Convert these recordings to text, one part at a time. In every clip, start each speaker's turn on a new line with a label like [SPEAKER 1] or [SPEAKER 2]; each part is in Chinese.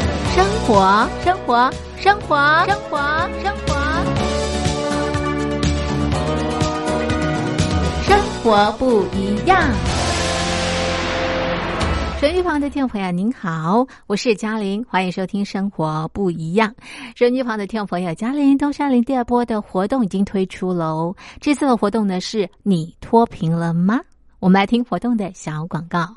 [SPEAKER 1] 活，生活，生活，生活，生活，生活不一样。手机旁的听众朋友，您好，我是嘉玲，欢迎收听《生活不一样》。手机旁的听众朋友，嘉玲东山林第二波的活动已经推出喽。这次的活动呢是“你脱贫了吗”？我们来听活动的小广告。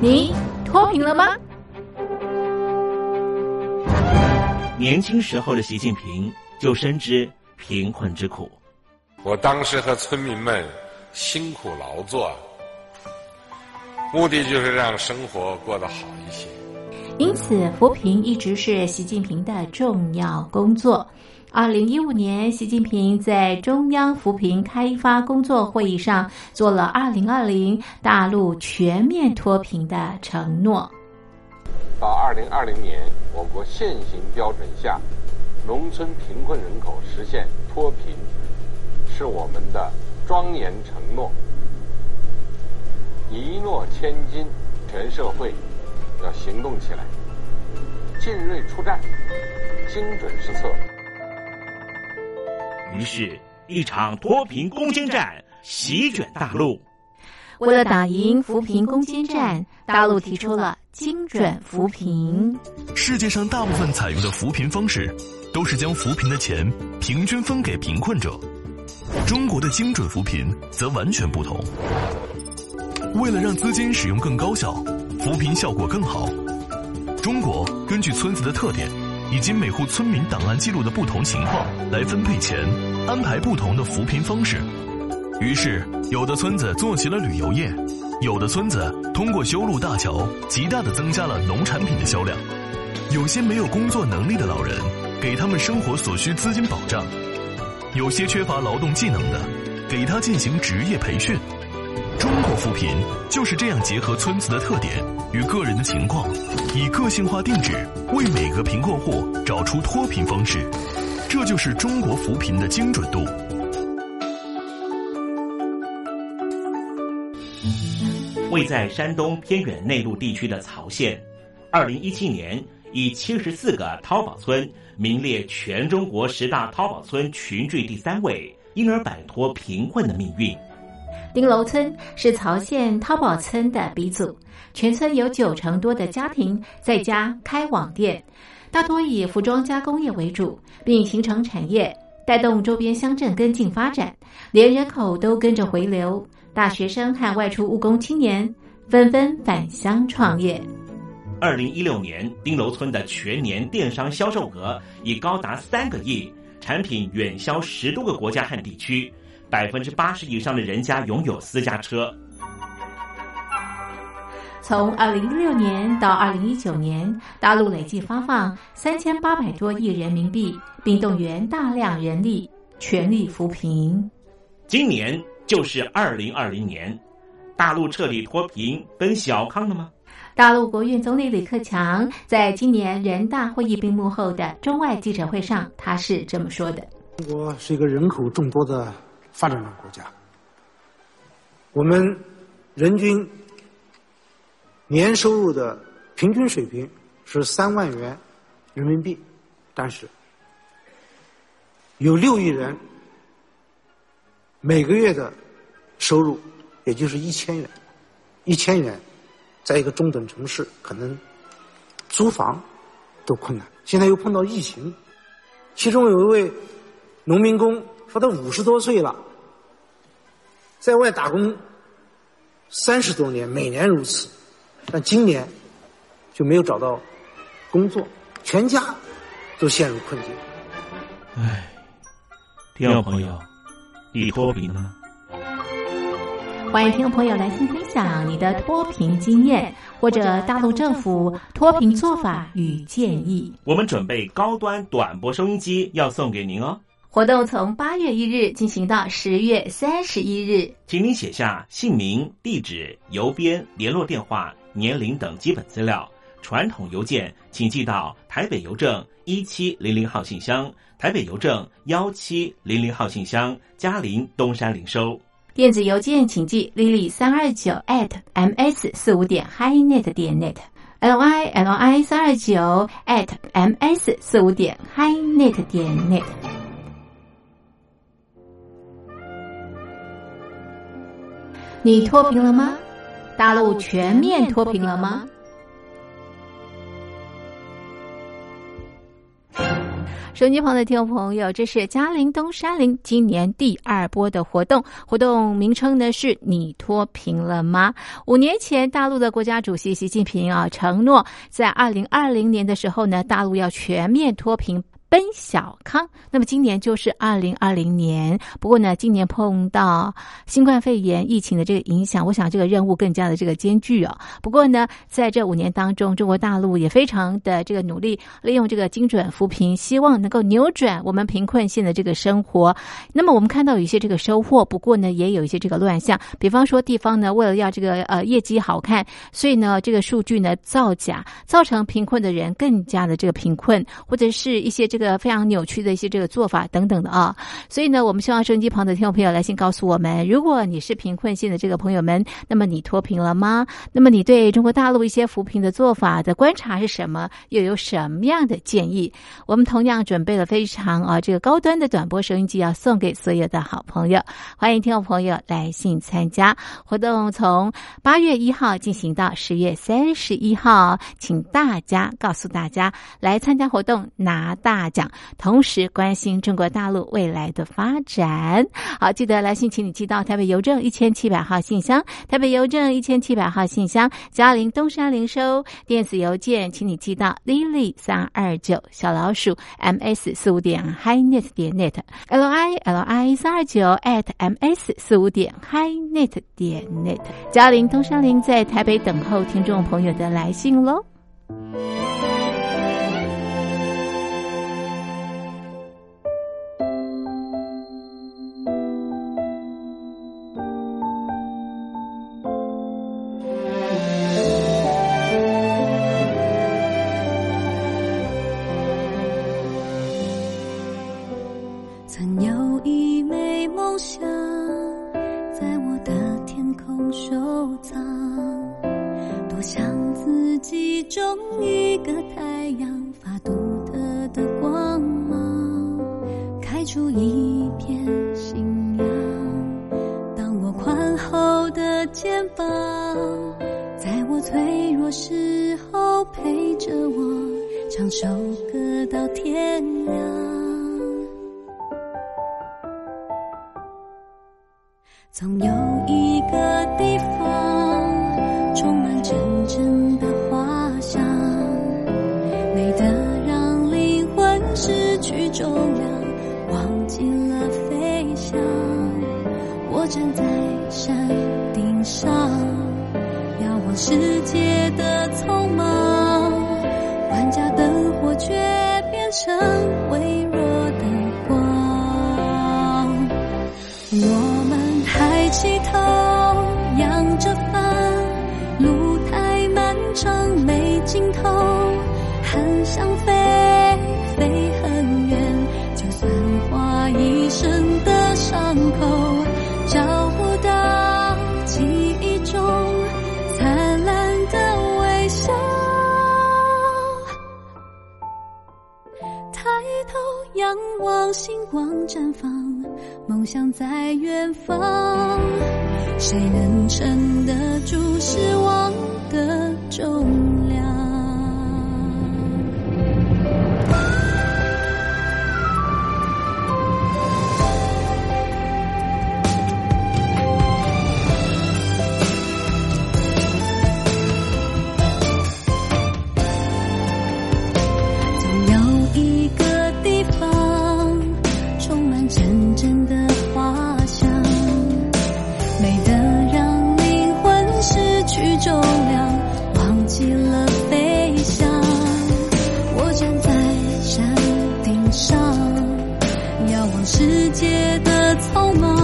[SPEAKER 1] 你脱贫了吗？
[SPEAKER 2] 年轻时候的习近平就深知贫困之苦，
[SPEAKER 3] 我当时和村民们辛苦劳作，目的就是让生活过得好一些。
[SPEAKER 1] 因此，扶贫一直是习近平的重要工作。二零一五年，习近平在中央扶贫开发工作会议上做了二零二零大陆全面脱贫的承诺。
[SPEAKER 4] 到二零二零年，我国现行标准下，农村贫困人口实现脱贫，是我们的庄严承诺。一诺千金，全社会要行动起来，进锐出战，精准施策。
[SPEAKER 2] 于是，一场脱贫攻坚战席卷大陆。
[SPEAKER 1] 为了打赢扶贫攻坚战，大陆提出了精准扶贫。
[SPEAKER 5] 世界上大部分采用的扶贫方式，都是将扶贫的钱平均分给贫困者。中国的精准扶贫则完全不同。为了让资金使用更高效，扶贫效果更好，中国根据村子的特点，以及每户村民档案记录的不同情况来分配钱，安排不同的扶贫方式。于是，有的村子做起了旅游业，有的村子通过修路大桥，极大的增加了农产品的销量。有些没有工作能力的老人，给他们生活所需资金保障；有些缺乏劳动技能的，给他进行职业培训。中国扶贫就是这样结合村子的特点与个人的情况，以个性化定制为每个贫困户找出脱贫方式。这就是中国扶贫的精准度。
[SPEAKER 2] 位在山东偏远内陆地区的曹县，二零一七年以七十四个淘宝村名列全中国十大淘宝村群聚第三位，因而摆脱贫困的命运。
[SPEAKER 1] 丁楼村是曹县淘宝村的鼻祖，全村有九成多的家庭在家开网店，大多以服装加工业为主，并形成产业，带动周边乡镇跟进发展，连人口都跟着回流。大学生和外出务工青年纷纷返乡创业。
[SPEAKER 2] 二零一六年，丁楼村的全年电商销售额已高达三个亿，产品远销十多个国家和地区，百分之八十以上的人家拥有私家车。
[SPEAKER 1] 从二零一六年到二零一九年，大陆累计发放三千八百多亿人民币，并动员大量人力全力扶贫。
[SPEAKER 2] 今年就是二零二零年，大陆彻底脱贫奔小康了吗？
[SPEAKER 1] 大陆国务院总理李克强在今年人大会议闭幕后的中外记者会上，他是这么说的：
[SPEAKER 6] 中国是一个人口众多的发展中国家，我们人均年收入的平均水平是三万元人民币，但是有六亿人每个月的收入也就是一千元，一千元在一个中等城市可能租房都困难，现在又碰到疫情，其中有一位农民工说他五十多岁了，在外打工三十多年，每年如此，但今年就没有找到工作，全家都陷入困境。
[SPEAKER 2] 唉，听众朋友，你脱贫了吗？
[SPEAKER 1] 欢迎听众朋友来信分享你的脱贫经验，或者大陆政府脱贫做法与建议。
[SPEAKER 2] 我们准备高端短波收音机要送给您哦，
[SPEAKER 1] 活动从八月一日进行到十月三十一日。
[SPEAKER 2] 请您写下姓名、地址、邮编、联络电话、年龄等基本资料，传统邮件，请寄到台北邮政一七零零号信箱，台北邮政幺七零零号信箱，嘉陵东山零收。
[SPEAKER 1] 电子邮件请寄 lily 三二九 at ms 四五点 highnet 点 net l y l y 三二九 at ms 四五点 highnet 点 net。你脱贫了吗？大陆全面脱贫了吗？手机旁的听众朋友，这是嘉陵东山林今年第二波的活动，活动名称呢是“你脱贫了吗”。五年前，大陆的国家主席习近平啊承诺，在二零二零年的时候呢，大陆要全面脱贫。奔小康，那么今年就是二零二零年。不过呢，今年碰到新冠肺炎疫情的这个影响，我想这个任务更加的这个艰巨哦。不过呢，在这五年当中，中国大陆也非常的这个努力，利用这个精准扶贫，希望能够扭转我们贫困县的这个生活。那么我们看到有一些这个收获，不过呢，也有一些这个乱象。比方说，地方呢为了要这个呃业绩好看，所以呢这个数据呢造假，造成贫困的人更加的这个贫困，或者是一些这个非常扭曲的一些这个做法等等的啊。所以呢，我们希望收音机旁的听众朋友来信告诉我们，如果你是贫困县的这个朋友们，那么你脱贫了吗？那么你对中国大陆一些扶贫的做法的观察是什么？又有什么样的建议？我们同样准备了非常啊这个高端的短波收音机，要送给所有的好朋友。欢迎听众朋友来信参加活动，从八月一号进行到十月三十一号，请大家告诉大家来参加活动拿大奖，同时关心中国大陆未来的发展。好，记得来信，请你寄到台北邮政一千七百号信箱，台北邮政一千七百号信箱，嘉陵东山零收。电子邮件，请你寄到 lily 三二九小老鼠 ms 四五点 highnet 点 net l i l i 三二九 at ms 四五点 highnet 点 net。嘉陵东山林在台北等候听众朋友的来信喽。
[SPEAKER 7] 曾有一枚梦想，在我的天空收藏。多想自己种一个太阳，发独特的光芒，开出一片信仰。当我宽厚的肩膀，在我脆弱时候陪着我，唱首歌到天亮。总有一个地方充满真正的花香，美得让灵魂失去重量，忘记了飞翔。我站在山顶上，遥望世界的匆忙，万家灯火却变成微弱的光。我们抬起头，仰着帆，路太漫长没尽头，很想飞，飞很远，就算花一生的伤口，找不到记忆中灿烂的微笑。抬头仰望星光绽放，梦想在远方。谁能撑得住失望的重量？总有一个地方充满真正的花香，美得让灵魂失去重量，忘记了飞翔。我站在山顶上，遥望世界的匆忙，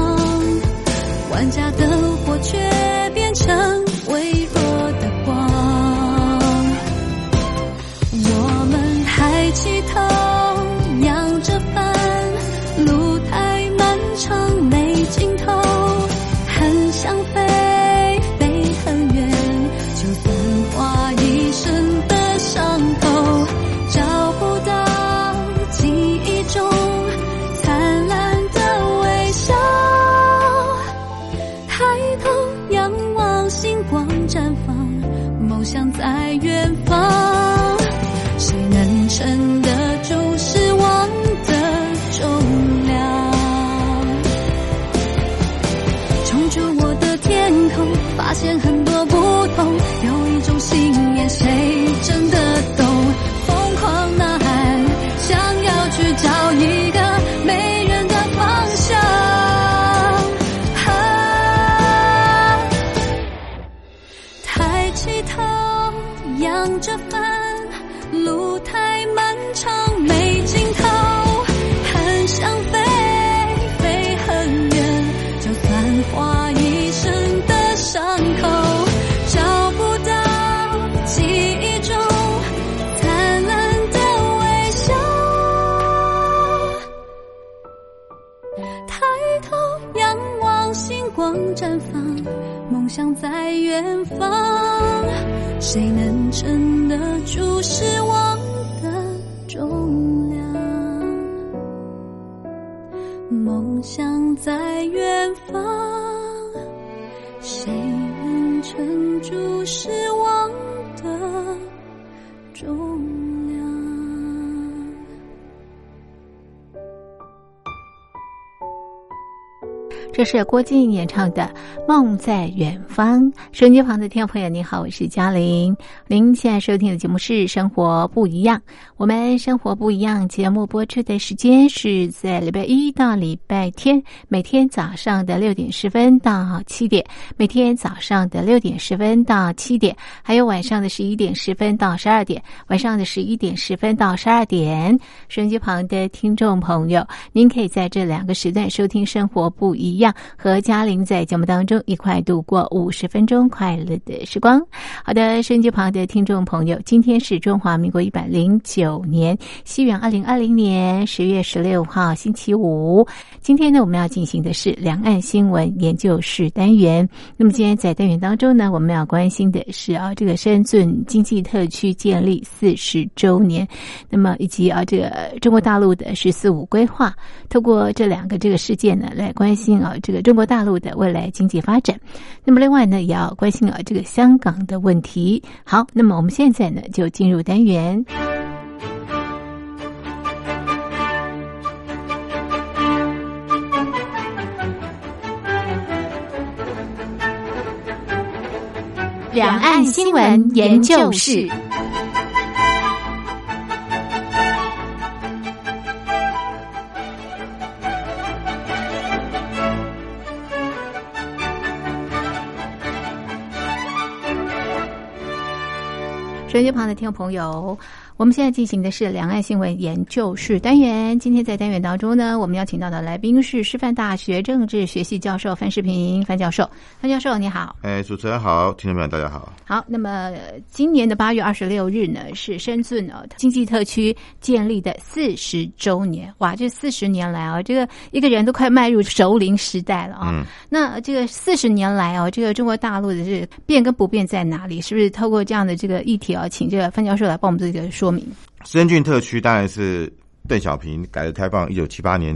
[SPEAKER 7] 万家灯火却变成微弱的光。绽放，梦想在远方。谁能撑得住失望的重量？冲出我的天空，发现很多不同，有一种信念，谁真的懂？疯狂呐喊，想要去找一个没人的方向。啊，抬起头，仰着帆，路太漫长没尽头，很想飞，飞很远，就算花一生的伤口，找不到记忆中灿烂的微笑。抬头仰望，星光绽放，梦想在远方。谁能撑得住失望的重量？梦想在远方，谁能撑住失望的重量？
[SPEAKER 1] 这是郭靖演唱的《梦在远方》。收音机旁的听众朋友，您好，我是嘉玲。您现在收听的节目是《生活不一样》，我们《生活不一样》节目播出的时间是在礼拜一到礼拜天，每天早上的六点十分到七点，每天早上的六点十分到七点，还有晚上的十一点十分到十二点，晚上的十一点十分到十二点。收音机旁的听众朋友，您可以在这两个时段收听《生活不一样》，和嘉玲在节目当中一块度过五十分钟快乐的时光。好的，收音机旁的听众朋友，今天是中华民国一百零九年西元二零二零年十月十六号星期五。今天呢，我们要进行的是两岸新闻研究室单元。那么今天在单元当中呢，我们要关心的是啊，这个深圳经济特区建立四十周年，那么以及啊，这个呃中国大陆的“十四五”规划，透过这两个这个事件呢，来关心啊这个中国大陆的未来经济发展。那么另外呢，也要关心啊这个香港的问题。好，那么我们现在呢就进入单元。两岸新闻研究室。收音机旁的听众朋友，我们现在进行的是两岸新闻研究室单元。今天在单元当中呢，我们邀请到的来宾是师范大学政治学系教授范世平范教授。范教授，你好。
[SPEAKER 8] 哎，主持人好，听众朋友大家好。
[SPEAKER 1] 好，那么呃今年的八月二十六日呢，是深圳呃经济特区建立的四十周年。哇，这四十年来啊，这个一个人都快迈入熟龄时代了啊。
[SPEAKER 8] 嗯
[SPEAKER 1] 那这个四十年来啊，这个中国大陆的这个变跟不变在哪里？是不是透过这样的这个议题啊，请这个范教授来帮我们做一个说明？
[SPEAKER 8] 深圳特区当然是邓小平改革开放一九七八年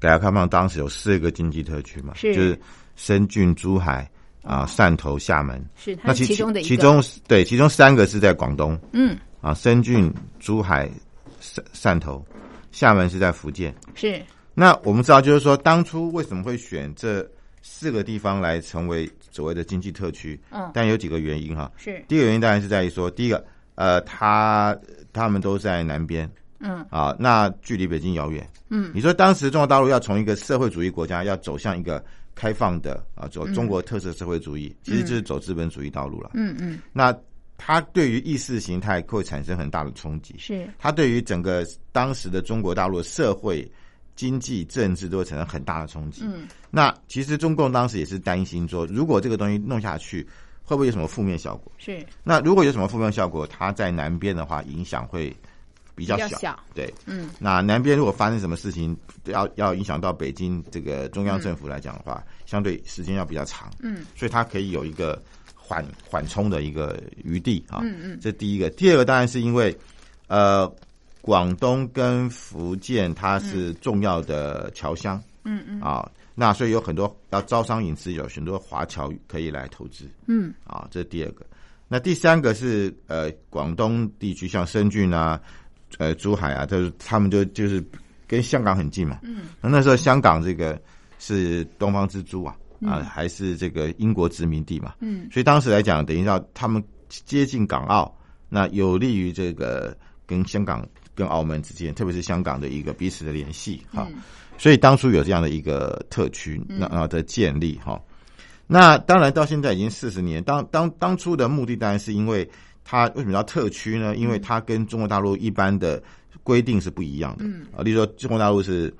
[SPEAKER 8] 改革开放，当时有四个经济特区嘛，
[SPEAKER 1] 是
[SPEAKER 8] 就是深圳、珠海啊、汕头、厦门。
[SPEAKER 1] 是它
[SPEAKER 8] 那
[SPEAKER 1] 是
[SPEAKER 8] 其
[SPEAKER 1] 其中的一个，
[SPEAKER 8] 其中对，其中三个是在广东
[SPEAKER 1] 嗯
[SPEAKER 8] 啊，深圳、珠海、汕汕头，厦门是在福建。
[SPEAKER 1] 是
[SPEAKER 8] 那我们知道，就是说当初为什么会选这四个地方来成为所谓的经济特区？
[SPEAKER 1] 嗯
[SPEAKER 8] 但有几个原因哈。
[SPEAKER 1] 是
[SPEAKER 8] 第一个原因当然是在于说，第一个，呃，他他们都在南边
[SPEAKER 1] 嗯
[SPEAKER 8] 啊，那距离北京遥远。
[SPEAKER 1] 嗯，
[SPEAKER 8] 你说当时中国大陆要从一个社会主义国家要走向一个开放的啊，走中国特色社会主义，其实就是走资本主义道路了。
[SPEAKER 1] 嗯嗯
[SPEAKER 8] 那它对于意识形态会产生很大的冲击，
[SPEAKER 1] 是
[SPEAKER 8] 它对于整个当时的中国大陆的社会、经济、政治都会产生很大的冲击。
[SPEAKER 1] 嗯
[SPEAKER 8] 那其实中共当时也是担心说，如果这个东西弄下去，会不会有什么负面效果？
[SPEAKER 1] 是
[SPEAKER 8] 那如果有什么负面效果，它在南边的话影响会比较
[SPEAKER 1] 比较
[SPEAKER 8] 小。
[SPEAKER 1] 小
[SPEAKER 8] 对，
[SPEAKER 1] 嗯
[SPEAKER 8] 那南边如果发生什么事情，要要影响到北京这个中央政府来讲的话，相对时间要比较长，
[SPEAKER 1] 嗯
[SPEAKER 8] 所以它可以有一个缓缓冲的一个余地啊。
[SPEAKER 1] 嗯嗯
[SPEAKER 8] 这第一个，第二个当然是因为，呃，广东跟福建它是重要的侨乡，
[SPEAKER 1] 嗯嗯
[SPEAKER 8] 啊，那所以有很多要招商引资，有很多华侨可以来投资
[SPEAKER 9] 嗯
[SPEAKER 8] 啊，这是第二个。那第三个是呃，广东地区像深圳啊、呃珠海啊，就是他们就就是跟香港很近嘛。
[SPEAKER 9] 嗯，
[SPEAKER 8] 那那时候香港这个是东方之珠啊，啊还是这个英国殖民地嘛，
[SPEAKER 9] 嗯
[SPEAKER 8] 所以当时来讲，等于让他们接近港澳，那有利于这个跟香港、跟澳门之间，特别是香港的一个彼此的联系哈。
[SPEAKER 9] 嗯
[SPEAKER 8] 所以当初有这样的一个特区
[SPEAKER 9] 嗯
[SPEAKER 8] 那啊的建立哈。那当然到现在已经四十年，当当当初的目的当然是因为它为什么叫特区呢？
[SPEAKER 9] 嗯
[SPEAKER 8] 因为它跟中国大陆一般的规定是不一样的
[SPEAKER 9] 嗯
[SPEAKER 8] 啊，例如说中国大陆是。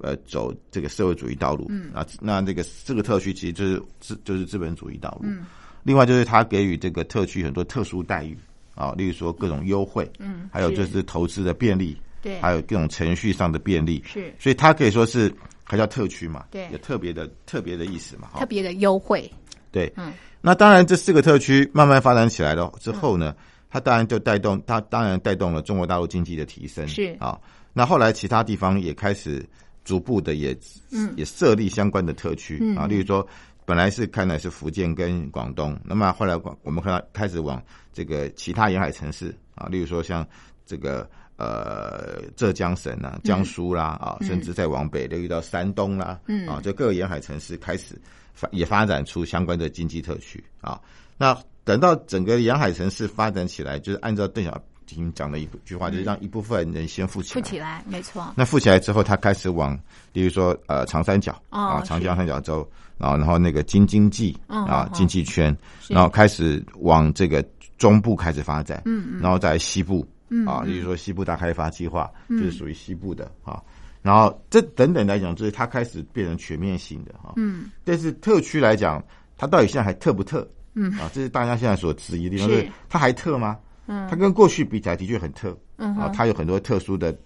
[SPEAKER 8] 呃，走这个社会主义道路，
[SPEAKER 9] 嗯
[SPEAKER 8] 啊，那这个这个特区其实就是资就是资本主义道路，
[SPEAKER 9] 嗯
[SPEAKER 8] 另外就是它给予这个特区很多特殊待遇啊，例如说各种优惠，
[SPEAKER 9] 嗯，
[SPEAKER 8] 还有就是投资的便利，
[SPEAKER 9] 对，
[SPEAKER 8] 还有各种程序上的便利，
[SPEAKER 9] 是
[SPEAKER 8] 所以它可以说是还叫特区嘛，
[SPEAKER 9] 对
[SPEAKER 8] 有特别的特别的意思嘛，
[SPEAKER 9] 特
[SPEAKER 8] 哈，
[SPEAKER 9] 别的优惠，
[SPEAKER 8] 对，
[SPEAKER 9] 嗯
[SPEAKER 8] 那当然这四个特区慢慢发展起来了之后呢，它当然就带动它当然带动了中国大陆经济的提升，
[SPEAKER 9] 是
[SPEAKER 8] 啊，那后来其他地方也开始逐步的也
[SPEAKER 9] 嗯
[SPEAKER 8] 也设立相关的特区
[SPEAKER 9] 嗯
[SPEAKER 8] 啊，例如说。本来是看的是福建跟广东，那么后来广我们看到开始往这个其他沿海城市啊，例如说像这个呃浙江省啊、江苏啦啊，
[SPEAKER 9] 嗯
[SPEAKER 8] 甚至再往北流域到山东啦，
[SPEAKER 9] 嗯
[SPEAKER 8] 啊，这各个沿海城市开始发也发展出相关的经济特区啊。那等到整个沿海城市发展起来，就是按照邓小平讲的一句话，就是让一部分人先富起
[SPEAKER 9] 嗯富
[SPEAKER 8] 来。
[SPEAKER 9] 起来，没错，
[SPEAKER 8] 那富起来之后，他开始往，例如说呃长三角
[SPEAKER 9] 哦
[SPEAKER 8] 啊，长
[SPEAKER 9] 是
[SPEAKER 8] 江三角洲，然后然后那个京津冀
[SPEAKER 9] 嗯
[SPEAKER 8] 啊
[SPEAKER 9] 嗯嗯
[SPEAKER 8] 经济圈，
[SPEAKER 9] 是
[SPEAKER 8] 然后开始往这个中部开始发展，
[SPEAKER 9] 嗯嗯
[SPEAKER 8] 然后在西部
[SPEAKER 9] 嗯
[SPEAKER 8] 啊，
[SPEAKER 9] 嗯
[SPEAKER 8] 例如说西部大开发计划
[SPEAKER 9] 嗯
[SPEAKER 8] 就是属于西部的啊，然后这等等来讲，就是它开始变成全面性的哈。
[SPEAKER 9] 嗯
[SPEAKER 8] 但是特区来讲，它到底现在还特不特？
[SPEAKER 9] 嗯
[SPEAKER 8] 啊，这是大家现在所质疑的地方，
[SPEAKER 9] 是
[SPEAKER 8] 就是它还特吗？
[SPEAKER 9] 嗯
[SPEAKER 8] 它跟过去比起来的确很特，
[SPEAKER 9] 嗯
[SPEAKER 8] 啊，
[SPEAKER 9] 哼
[SPEAKER 8] 它有很多特殊的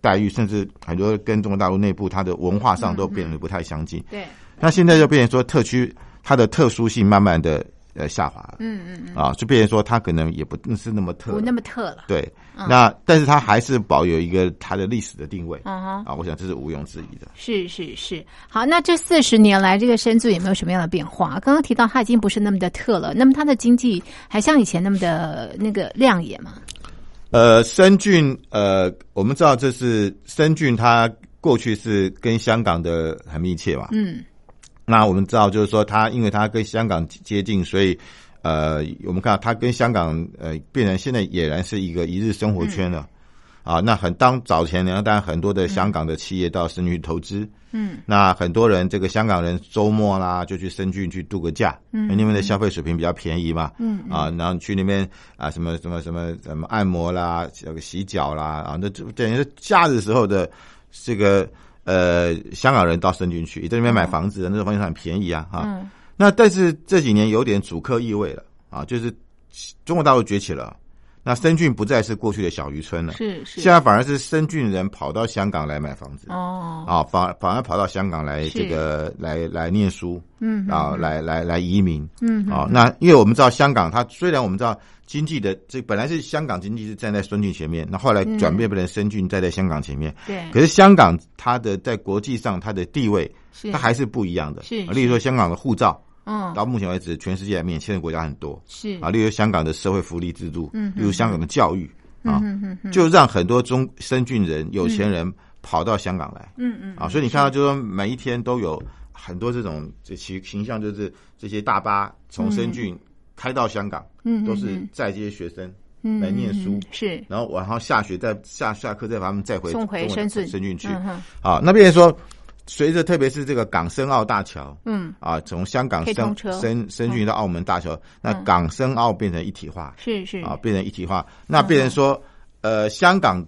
[SPEAKER 8] 待遇，甚至很多跟中国大陆内部它的文化上都变得不太相近。
[SPEAKER 9] 对，
[SPEAKER 8] 那现在就变成说，特区它的特殊性慢慢的呃下滑了，
[SPEAKER 9] 嗯嗯嗯，
[SPEAKER 8] 啊，就变成说它可能也不是那么特了，
[SPEAKER 9] 不那么特了，
[SPEAKER 8] 对。那但是它还是保有一个它的历史的定位
[SPEAKER 9] 嗯哼。
[SPEAKER 8] 啊，我想这是毋庸置疑的。
[SPEAKER 9] 是是是，好，那这四十年来，这个深圳有没有什么样的变化？刚刚提到它已经不是那么的特了，那么它的经济还像以前那么的那个亮眼吗？
[SPEAKER 8] 呃，深圳，呃，我们知道这是深圳，它过去是跟香港的很密切嘛。
[SPEAKER 9] 嗯
[SPEAKER 8] 那我们知道，就是说它因为它跟香港接近，所以呃，我们看到它跟香港呃，变成现在俨然是一个一日生活圈了。
[SPEAKER 9] 嗯
[SPEAKER 8] 啊，那很当早前呢，当然很多的香港的企业到深圳去投资，
[SPEAKER 9] 嗯
[SPEAKER 8] 那很多人这个香港人周末啦就去深圳去度个假，
[SPEAKER 9] 嗯
[SPEAKER 8] 因为那边的消费水平比较便宜嘛，
[SPEAKER 9] 嗯
[SPEAKER 8] 啊，然后去那边啊，什么什么什么什么按摩啦，这个洗脚啦，啊，那就等于是假日时候的这个呃，香港人到深圳去，也在那边买房子，那时候房地产很便宜啊，啊，
[SPEAKER 9] 嗯
[SPEAKER 8] 那但是这几年有点主客意味了啊，就是中国大陆崛起了，那深圳不再是过去的小渔村了，
[SPEAKER 9] 是是
[SPEAKER 8] 现在反而是深圳人跑到香港来买房子，
[SPEAKER 9] 哦
[SPEAKER 8] 啊，反反而跑到香港来
[SPEAKER 9] 是
[SPEAKER 8] 这个来来念书
[SPEAKER 9] 嗯
[SPEAKER 8] 啊，来来来移民
[SPEAKER 9] 嗯
[SPEAKER 8] 啊。那因为我们知道香港，它虽然我们知道经济的这本来是香港经济是站在深圳前面，那后来
[SPEAKER 9] 嗯
[SPEAKER 8] 转变变成深圳站在香港前面，
[SPEAKER 9] 对
[SPEAKER 8] 可是香港它的在国际上它的地位，
[SPEAKER 9] 是
[SPEAKER 8] 它还是不一样的。
[SPEAKER 9] 是
[SPEAKER 8] 啊例如说香港的护照，
[SPEAKER 9] 嗯
[SPEAKER 8] 到目前为止全世界免签的国家很多
[SPEAKER 9] 是
[SPEAKER 8] 啊，例如香港的社会福利制度，
[SPEAKER 9] 嗯
[SPEAKER 8] 例如香港的教育啊，
[SPEAKER 9] 嗯嗯嗯
[SPEAKER 8] 就让很多中深圳人有钱人跑到香港来。
[SPEAKER 9] 嗯嗯
[SPEAKER 8] 啊，所以你看到就是说每一天都有很多这种这其形象，就是这些大巴从深圳开到香港，
[SPEAKER 9] 嗯
[SPEAKER 8] 都是载这些学生，
[SPEAKER 9] 嗯
[SPEAKER 8] 来念书
[SPEAKER 9] 嗯嗯是
[SPEAKER 8] 然后然后下学再下下课再把他们再回
[SPEAKER 9] 送回深圳
[SPEAKER 8] 深圳去
[SPEAKER 9] 嗯哼
[SPEAKER 8] 啊。那变成说，随着特别是这个港深澳大桥。
[SPEAKER 9] 嗯
[SPEAKER 8] 啊，从香港
[SPEAKER 9] 可以
[SPEAKER 8] 深
[SPEAKER 9] 通车
[SPEAKER 8] 深深圳到澳门大桥，那
[SPEAKER 9] 嗯
[SPEAKER 8] 港深澳变成一体化
[SPEAKER 9] 是嗯是
[SPEAKER 8] 啊，变成一体化，那变成说，呃，香港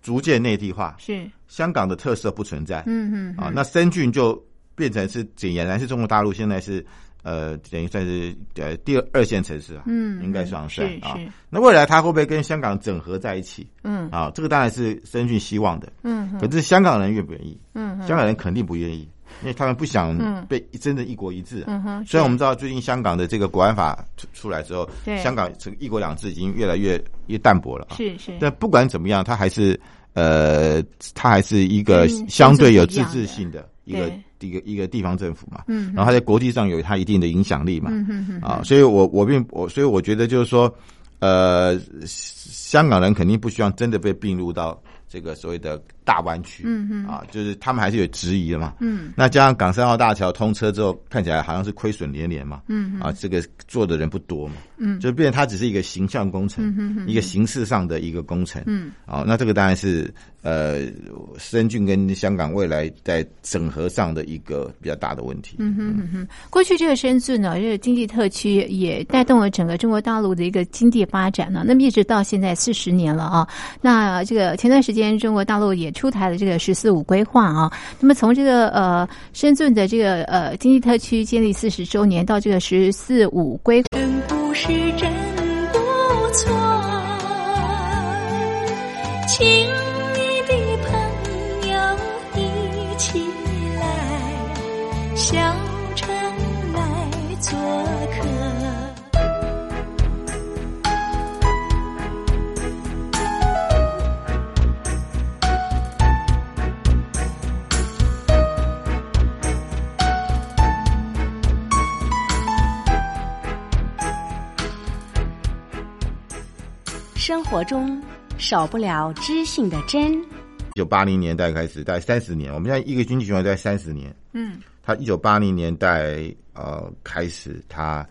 [SPEAKER 8] 逐渐内地化，
[SPEAKER 9] 是
[SPEAKER 8] 香港的特色不存在，
[SPEAKER 9] 嗯嗯
[SPEAKER 8] 啊，
[SPEAKER 9] 嗯
[SPEAKER 8] 那深圳就变成是俨然是中国大陆现在是呃，等于算是呃第二二线城市啊，
[SPEAKER 9] 嗯
[SPEAKER 8] 应该算算
[SPEAKER 9] 是
[SPEAKER 8] 啊
[SPEAKER 9] 是。
[SPEAKER 8] 那未来它会不会跟香港整合在一起
[SPEAKER 9] 嗯
[SPEAKER 8] 啊？这个当然是深圳希望的，
[SPEAKER 9] 嗯嗯
[SPEAKER 8] 可是香港人愿不愿意？
[SPEAKER 9] 嗯
[SPEAKER 8] 香港人肯定不愿意，因为他们不想
[SPEAKER 9] 嗯
[SPEAKER 8] 被真的一国一制啊。
[SPEAKER 9] 嗯哼
[SPEAKER 8] 虽然我们知道最近香港的这个国安法出出来之后
[SPEAKER 9] 对，
[SPEAKER 8] 香港这个一国两制已经越来越越淡薄了啊。
[SPEAKER 9] 是是
[SPEAKER 8] 但不管怎么样，它还是呃，它还是一个
[SPEAKER 9] 嗯
[SPEAKER 8] 相对有
[SPEAKER 9] 是不一
[SPEAKER 8] 自
[SPEAKER 9] 样的
[SPEAKER 8] 治性的一个
[SPEAKER 9] 对
[SPEAKER 8] 一个一个地方政府嘛，
[SPEAKER 9] 嗯
[SPEAKER 8] 然后它在国际上有它一定的影响力嘛，
[SPEAKER 9] 嗯哼哼，
[SPEAKER 8] 啊，所以我我并我所以我觉得就是说，呃，香港人肯定不希望真的被并入到这个所谓的大湾区，
[SPEAKER 9] 嗯嗯
[SPEAKER 8] 啊，就是他们还是有质疑的嘛。
[SPEAKER 9] 嗯
[SPEAKER 8] 那加上港深澳大桥通车之后，看起来好像是亏损连连嘛，
[SPEAKER 9] 嗯
[SPEAKER 8] 啊，这个做的人不多嘛，
[SPEAKER 9] 嗯
[SPEAKER 8] 就变成它只是一个形象工程，
[SPEAKER 9] 嗯哼哼
[SPEAKER 8] 一个形式上的一个工程，
[SPEAKER 9] 嗯
[SPEAKER 8] 啊、那这个当然是呃，深圳跟香港未来在整合上的一个比较大的问题，
[SPEAKER 9] 嗯哼哼哼，过去这个深圳呢，这个经济特区也带动了整个中国大陆的一个经济发展呢。那么一直到现在四十年了啊。那这个前段时间中国大陆也出台了这个“十四五”规划啊。那么从这个呃深圳的这个呃经济特区建立四十周年到这个“十四五”规划
[SPEAKER 7] 人不是真不错，请你的朋友一起来，小城来做客。
[SPEAKER 10] 生活中少不了知性的真，
[SPEAKER 8] 一九八零年代开始，大概三十年，我们现在一个经济循环在三十年。
[SPEAKER 9] 嗯，
[SPEAKER 8] 它一九八零年代呃开始，它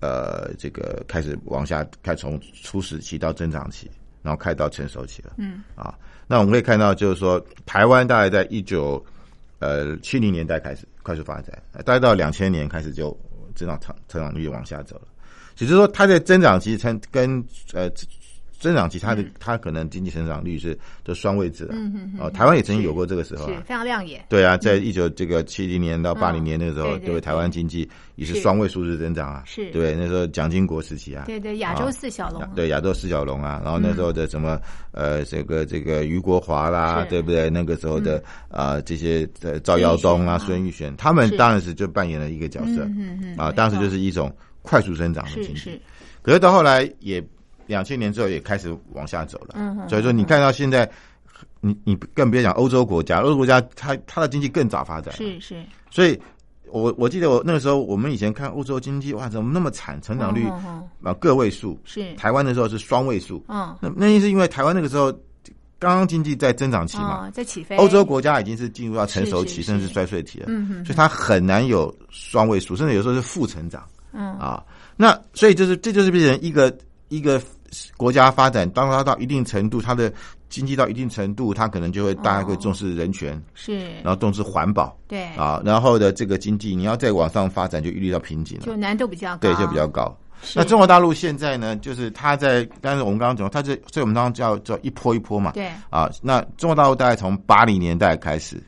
[SPEAKER 8] 呃这个开始往下，开从初始期到增长期，然后开始到成熟期了。
[SPEAKER 9] 嗯，
[SPEAKER 8] 啊，那我们可以看到，就是说台湾大概在一九呃七零年代开始快速发展，呃大概到两千年开始就增长成成长率往下走了。也就是说，它在增长期成跟呃增长期，它的它可能经济成长率是都双位制啊。
[SPEAKER 9] 嗯哼哼
[SPEAKER 8] 哦，台湾也曾经有过这个时候
[SPEAKER 9] 是
[SPEAKER 8] 啊。
[SPEAKER 9] 非常亮眼。
[SPEAKER 8] 对啊，在一九这个七零年到八零年那个时
[SPEAKER 9] 嗯
[SPEAKER 8] 候，
[SPEAKER 9] 对对
[SPEAKER 8] 对
[SPEAKER 9] 对
[SPEAKER 8] 不台湾经济也是
[SPEAKER 9] 是
[SPEAKER 8] 双位数字增长啊，
[SPEAKER 9] 是
[SPEAKER 8] 对不对，那时候蒋经国时期啊，
[SPEAKER 9] 对对，亚洲四小龙啊、嗯
[SPEAKER 8] 对亚洲四小龙啊，然后那时候的什么、呃，这个这个余国华啦，
[SPEAKER 9] 是嗯
[SPEAKER 8] 对不对？那个时候的啊、呃这些呃赵耀东啊、
[SPEAKER 9] 孙
[SPEAKER 8] 孙玉璇，他们
[SPEAKER 9] 是
[SPEAKER 8] 当然是就扮演了一个角色
[SPEAKER 9] 嗯嗯嗯
[SPEAKER 8] 啊，
[SPEAKER 9] 没
[SPEAKER 8] 当时
[SPEAKER 9] 错
[SPEAKER 8] 就是一种快速增长的经
[SPEAKER 9] 啊是
[SPEAKER 8] 济
[SPEAKER 9] 是。，
[SPEAKER 8] 可是到后来也两千年之后也开始往下走了，
[SPEAKER 9] 嗯嗯
[SPEAKER 8] 所以说你看到现在。你你更别讲欧洲国家，欧洲国家它它的经济更早发展，
[SPEAKER 9] 是是，
[SPEAKER 8] 所以我我记得我那个时候我们以前看欧洲经济哇怎么那么惨，成长率
[SPEAKER 9] 嗯嗯
[SPEAKER 8] 啊个位数，
[SPEAKER 9] 是
[SPEAKER 8] 台湾那时候是双位数，
[SPEAKER 9] 嗯
[SPEAKER 8] 那那是因为台湾那个时候刚刚经济在增长期
[SPEAKER 1] 哦
[SPEAKER 8] 嘛，
[SPEAKER 9] 嗯，在起飞。
[SPEAKER 8] 欧洲国家已经是进入到成熟期
[SPEAKER 9] 是是
[SPEAKER 8] 甚至衰退期了，
[SPEAKER 9] 嗯哼
[SPEAKER 8] 所以它很难有双位数，甚至有时候是负成长
[SPEAKER 9] 嗯
[SPEAKER 8] 啊。那所以就是这就是变成一个一个国家发展，当它到一定程度，它的经济到一定程度，它可能就会大家会重视人权，
[SPEAKER 9] 是
[SPEAKER 8] 然，后重视环保
[SPEAKER 9] 对
[SPEAKER 8] 啊，然后的这个经济你要再往上发展就遇到瓶颈
[SPEAKER 9] 就
[SPEAKER 8] 了，
[SPEAKER 9] 难度比较高，
[SPEAKER 8] 对，就比较高。
[SPEAKER 9] 是
[SPEAKER 8] 那中国大陆现在呢，就是它在，但是我们刚刚讲，它是，所以我们刚刚叫叫一波一波嘛。
[SPEAKER 9] 对
[SPEAKER 8] 啊，那中国大陆大概从八零年代开始，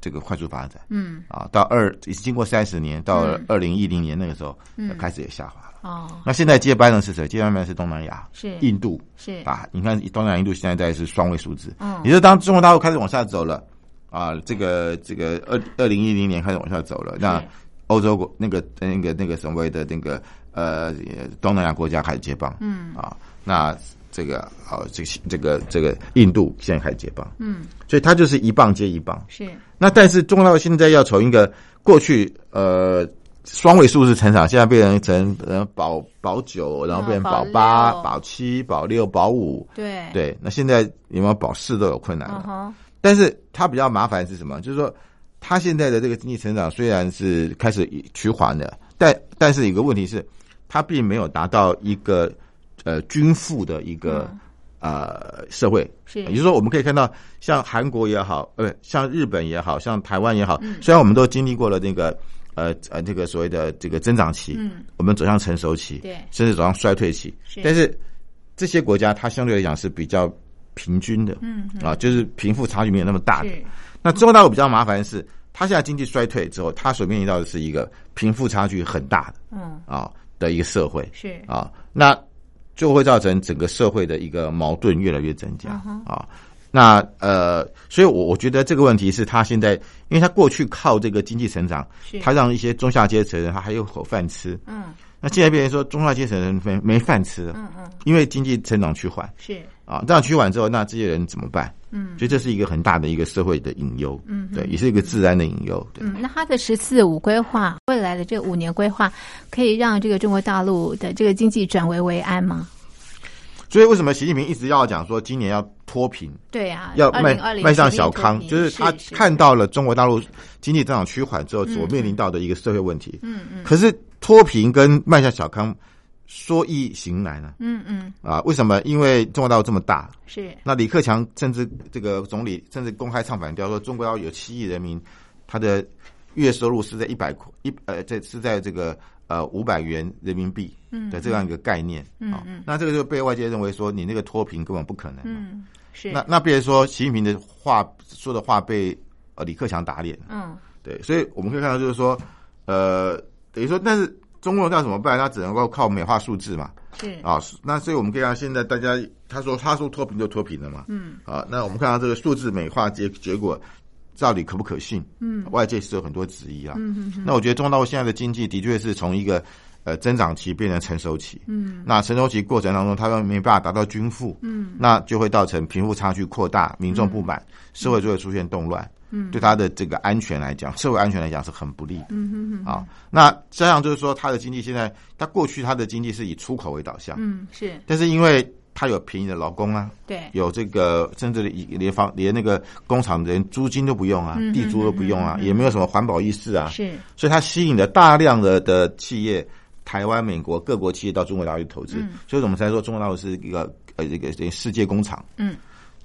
[SPEAKER 8] 这个快速发展
[SPEAKER 9] 嗯
[SPEAKER 8] 啊，到二已经过三十年，到
[SPEAKER 9] 嗯
[SPEAKER 8] 二零一零年那个时候、
[SPEAKER 9] 嗯
[SPEAKER 8] 呃开始也下滑了。
[SPEAKER 9] 哦
[SPEAKER 8] 那现在接班人是谁？接班人是东南亚，
[SPEAKER 9] 是
[SPEAKER 8] 印度
[SPEAKER 9] 是
[SPEAKER 8] 啊。你看东南亚、印度现在大概是双位数字，
[SPEAKER 9] 嗯
[SPEAKER 8] 也就是当中国大陆开始往下走了啊，这个这个二二零一零年开始往下走了，那
[SPEAKER 9] 是
[SPEAKER 8] 欧洲国那个那个那个所谓的那个呃东南亚国家开始接棒，
[SPEAKER 9] 嗯
[SPEAKER 8] 啊，那这个啊这个这个这个印度现在开始接棒，
[SPEAKER 9] 嗯
[SPEAKER 8] 所以它就是一棒接一棒。
[SPEAKER 9] 是
[SPEAKER 8] 那但是中国大陆现在要从一个过去呃双位数字成长，现在变成成呃保保九，然后变
[SPEAKER 9] 嗯
[SPEAKER 8] 成保
[SPEAKER 9] 保
[SPEAKER 8] 八、
[SPEAKER 9] 六
[SPEAKER 8] 保七、保六、保五。
[SPEAKER 9] 对
[SPEAKER 8] 对，啊那现在有没有保四都有困难
[SPEAKER 9] 嗯
[SPEAKER 8] 了。
[SPEAKER 9] 哼
[SPEAKER 8] 但是它比较麻烦是什么？就是说，它现在的这个经济成长虽然是开始趋缓的，但但是有个问题是，它并没有达到一个呃均富的一个、呃社会。
[SPEAKER 9] 嗯是
[SPEAKER 8] 也就是说，我们可以看到，像韩国也好，呃，像日本也好，像台湾也好，
[SPEAKER 9] 嗯
[SPEAKER 8] 虽然我们都经历过了那个呃呃这个所谓的这个增长期，
[SPEAKER 9] 嗯
[SPEAKER 8] 我们走向成熟期，
[SPEAKER 9] 对
[SPEAKER 8] 甚至走向衰退期，
[SPEAKER 9] 是
[SPEAKER 8] 但是这些国家它相对来讲是比较平均的，
[SPEAKER 9] 嗯
[SPEAKER 8] 啊，就是贫富差距没有那么大的。
[SPEAKER 9] 是
[SPEAKER 8] 那中国大陆比较麻烦的是，它现在经济衰退之后，它所面临到的是一个贫富差距很大的
[SPEAKER 9] 嗯
[SPEAKER 8] 啊的一个社会，
[SPEAKER 9] 是
[SPEAKER 8] 啊，那就会造成整个社会的一个矛盾越来越增
[SPEAKER 9] 嗯
[SPEAKER 8] 加啊。那呃，所以我我觉得这个问题是他现在，因为他过去靠这个经济成长
[SPEAKER 9] 是，
[SPEAKER 8] 他让一些中下阶层人他还有口饭吃，
[SPEAKER 9] 嗯
[SPEAKER 8] 那现在变成说中下阶层人没没饭吃了，
[SPEAKER 1] 嗯嗯，
[SPEAKER 8] 因为经济成长趋缓
[SPEAKER 1] 是，
[SPEAKER 8] 啊，成长趋缓之后，那这些人怎么办？
[SPEAKER 1] 嗯
[SPEAKER 8] 所以这是一个很大的一个社会的隐忧，
[SPEAKER 1] 嗯
[SPEAKER 8] 对，也是一个自然的隐忧，对。
[SPEAKER 1] 嗯，那他的“十四五”规划，未来的这五年规划，可以让这个中国大陆的这个经济转危为安吗？
[SPEAKER 8] 所以为什么习近平一直要讲说今年要脱贫，
[SPEAKER 1] 对啊，
[SPEAKER 8] 要迈
[SPEAKER 1] 2020
[SPEAKER 8] 迈向小康，
[SPEAKER 1] 脱贫
[SPEAKER 8] 就是他
[SPEAKER 1] 是
[SPEAKER 8] 看到了中国大陆经济增长趋缓之后所
[SPEAKER 1] 嗯
[SPEAKER 8] 面临到的一个社会问题。
[SPEAKER 1] 嗯嗯
[SPEAKER 8] 可是脱贫跟迈向小康说易行难啊！
[SPEAKER 1] 嗯嗯
[SPEAKER 8] 啊，为什么？因为中国大陆这么大，
[SPEAKER 1] 是
[SPEAKER 8] 那李克强甚至这个总理甚至公开唱反调说，中国要有七亿人民，他的月收入是在一百块一呃，这是在这个呃五百元人民币
[SPEAKER 1] 嗯
[SPEAKER 8] 的这样一个概念
[SPEAKER 1] 嗯
[SPEAKER 8] 啊
[SPEAKER 1] 嗯。
[SPEAKER 8] 那这个就被外界认为说你那个脱贫根本不可能嘛。
[SPEAKER 1] 嗯是
[SPEAKER 8] 那那比如说习近平的话说的话被呃李克强打脸，
[SPEAKER 1] 嗯
[SPEAKER 8] 对，所以我们可以看到就是说，呃，等于说，但是中共要怎么办？他只能够靠美化数字嘛。
[SPEAKER 1] 是
[SPEAKER 8] 啊，是那所以我们可以看到，现在大家他说他说脱贫就脱贫了嘛，
[SPEAKER 1] 嗯，
[SPEAKER 8] 啊，那我们看到这个数字美化结结果到底可不可信？
[SPEAKER 1] 嗯，
[SPEAKER 8] 外界是有很多质疑啊。
[SPEAKER 1] 嗯嗯
[SPEAKER 8] 那我觉得中国大陆现在的经济的确是从一个呃增长期变成成熟期，
[SPEAKER 1] 嗯
[SPEAKER 8] 那成熟期过程当中，他们没办法达到均富，
[SPEAKER 1] 嗯
[SPEAKER 8] 那就会造成贫富差距扩大，民众不满，社会就会出现动乱，
[SPEAKER 1] 嗯
[SPEAKER 8] 对他的这个安全来讲，社会安全来讲是很不利的。
[SPEAKER 1] 嗯嗯嗯
[SPEAKER 8] 啊，那加上就是说，它的经济现在，它过去它的经济是以出口为导向，
[SPEAKER 1] 嗯是
[SPEAKER 8] 但是因为它有便宜的劳工啊，
[SPEAKER 1] 对
[SPEAKER 8] 有这个甚至连房连那个工厂连租金都不用啊
[SPEAKER 1] 嗯，
[SPEAKER 8] 地租都不用啊，也没有什么环保意识啊，
[SPEAKER 1] 是
[SPEAKER 8] 所以它吸引了大量的的企业，台湾、美国各国企业到中国大陆去投资
[SPEAKER 1] 嗯，
[SPEAKER 8] 所以我们才说中国大陆是一个呃一个一个世界工厂。
[SPEAKER 1] 嗯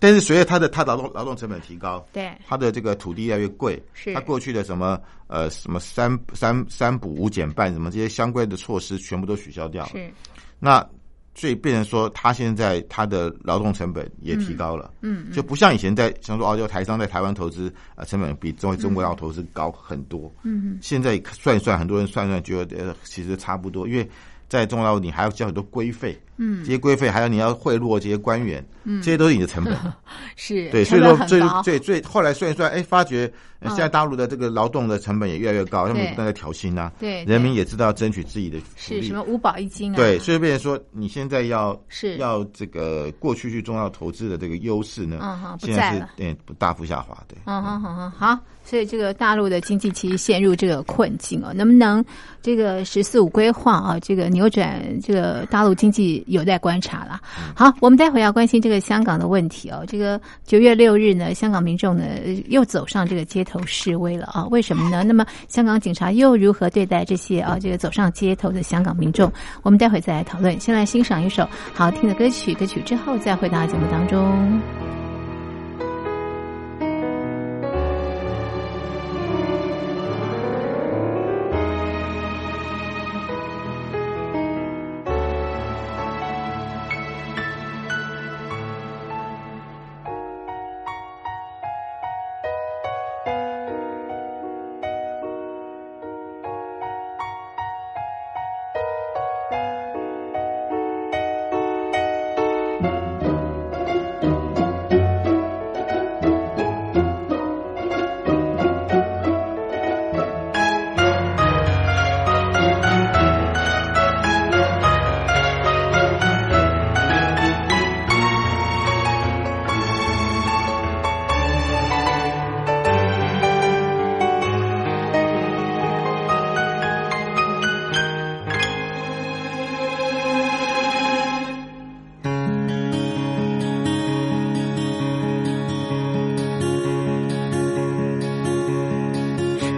[SPEAKER 8] 但是随着它的它劳动劳动成本提高，
[SPEAKER 1] 对
[SPEAKER 8] 它的这个土地越来越贵，
[SPEAKER 1] 是
[SPEAKER 8] 它过去的什么呃什么三三三补五减半什么这些相关的措施全部都取消掉了。
[SPEAKER 1] 是
[SPEAKER 8] 那所以变成说，它现在它的劳动成本也提高了，
[SPEAKER 1] 嗯嗯
[SPEAKER 8] 就不像以前在像说澳洲台商在台湾投资，呃，成本比中中国要投资高很多。
[SPEAKER 1] 嗯嗯
[SPEAKER 8] 现在算一算，很多人算一算觉得、呃、其实差不多，因为在中国大陆你还要交很多规费，
[SPEAKER 1] 嗯
[SPEAKER 8] 这些规费还有你要贿赂这些官员，这些都是你的成 本。
[SPEAKER 1] 是
[SPEAKER 8] 对，所
[SPEAKER 1] 成
[SPEAKER 8] 以
[SPEAKER 1] 本
[SPEAKER 8] 说
[SPEAKER 1] 很
[SPEAKER 8] 最
[SPEAKER 1] 高嗯
[SPEAKER 8] 最最后来算一算，哎，发觉呃现在大陆的这个劳动的成本也越来越高，他们
[SPEAKER 1] 对
[SPEAKER 8] 不断在调薪啊，
[SPEAKER 1] 对对
[SPEAKER 8] 人民也知道争取自己的福
[SPEAKER 1] 是
[SPEAKER 8] 利
[SPEAKER 1] 什。么五保一金啊
[SPEAKER 8] 对，所以变成说，你现在要
[SPEAKER 1] 是
[SPEAKER 8] 要这个过去去重要投资的这个优势呢，
[SPEAKER 1] 嗯哼不
[SPEAKER 8] 现
[SPEAKER 1] 在
[SPEAKER 8] 在是
[SPEAKER 1] 了
[SPEAKER 8] 嗯大幅下滑，对。
[SPEAKER 1] 嗯哼哼哼，好，所以这个大陆的经济其实陷入这个困境哦，能不能这个“十四五”规划啊，这个扭转这个大陆经济有待观察了。好，我们待会要关心这个香港的问题哦。这个九月六日呢，香港民众呢呃又走上这个街头示威了啊？为什么呢？那么香港警察又如何对待这些啊这个走上街头的香港民众？我们待会再来讨论。先来欣赏一首好听的歌曲，歌曲之后再回到节目当中。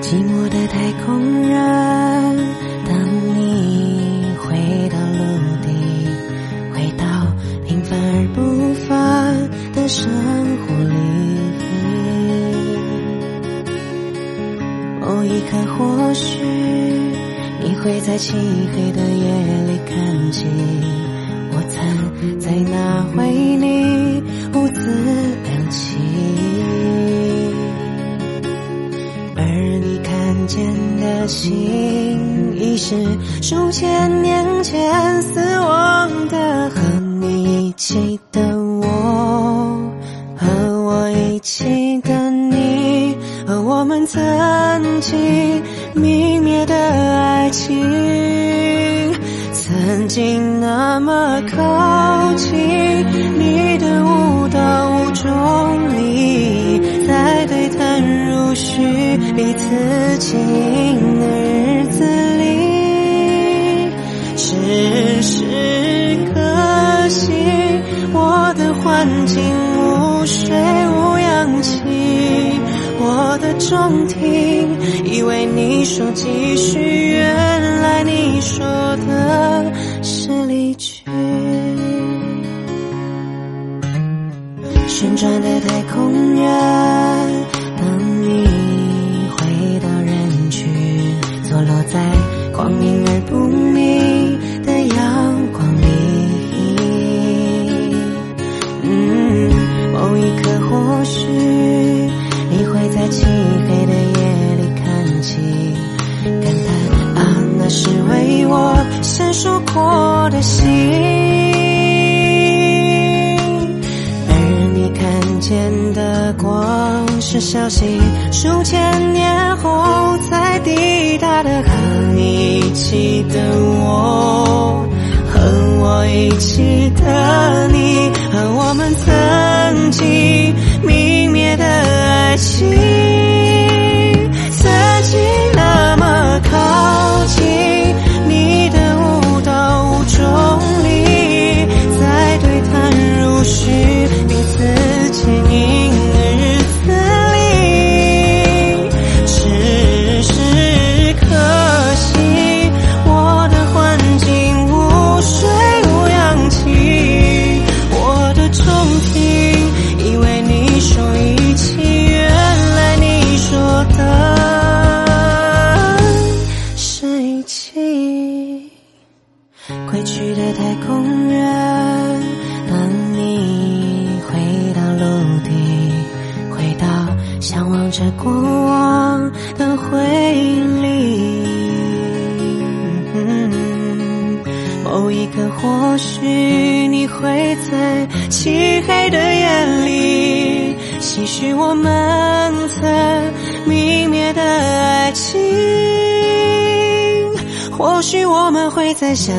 [SPEAKER 7] 寂寞的太空人，当你回到陆地，回到平凡而不凡的生活里，某一刻或许你会在漆黑的夜里看清，我曾在那回你兀自亮起。而你看见的心，已是数千年前死亡的。和你一起的我，和我一起的你，和我们曾经泯灭的爱情。近那么靠近，你的舞蹈无重力，在对谈如许彼此亲的日子里，只是可惜我的环境无水无氧气，我的中庭以为你说继续，原来你说的是离去。旋转的太空人，当你回到人群，坐落在光明而不明的阳光里。嗯，某一刻或许你会在漆黑的夜里看清，感叹啊，那是为我闪烁过的心。而你看见的光是小溪，数千年后才抵达的。和你一起的我，和我一起的你，和我们曾经泯灭的爱情。曾经那么靠近，你的舞蹈无重力，在对谈如许彼此牵引的日子里，只是可惜我的环境无水无氧气，我的中庭以为你说一起，原来你说的是一起。归去的太空人，当你回到陆地，回到向往着过往的回忆里。嗯某一刻，或许你会在漆黑的夜里，唏嘘我们曾泯灭的爱情。或许我们会在相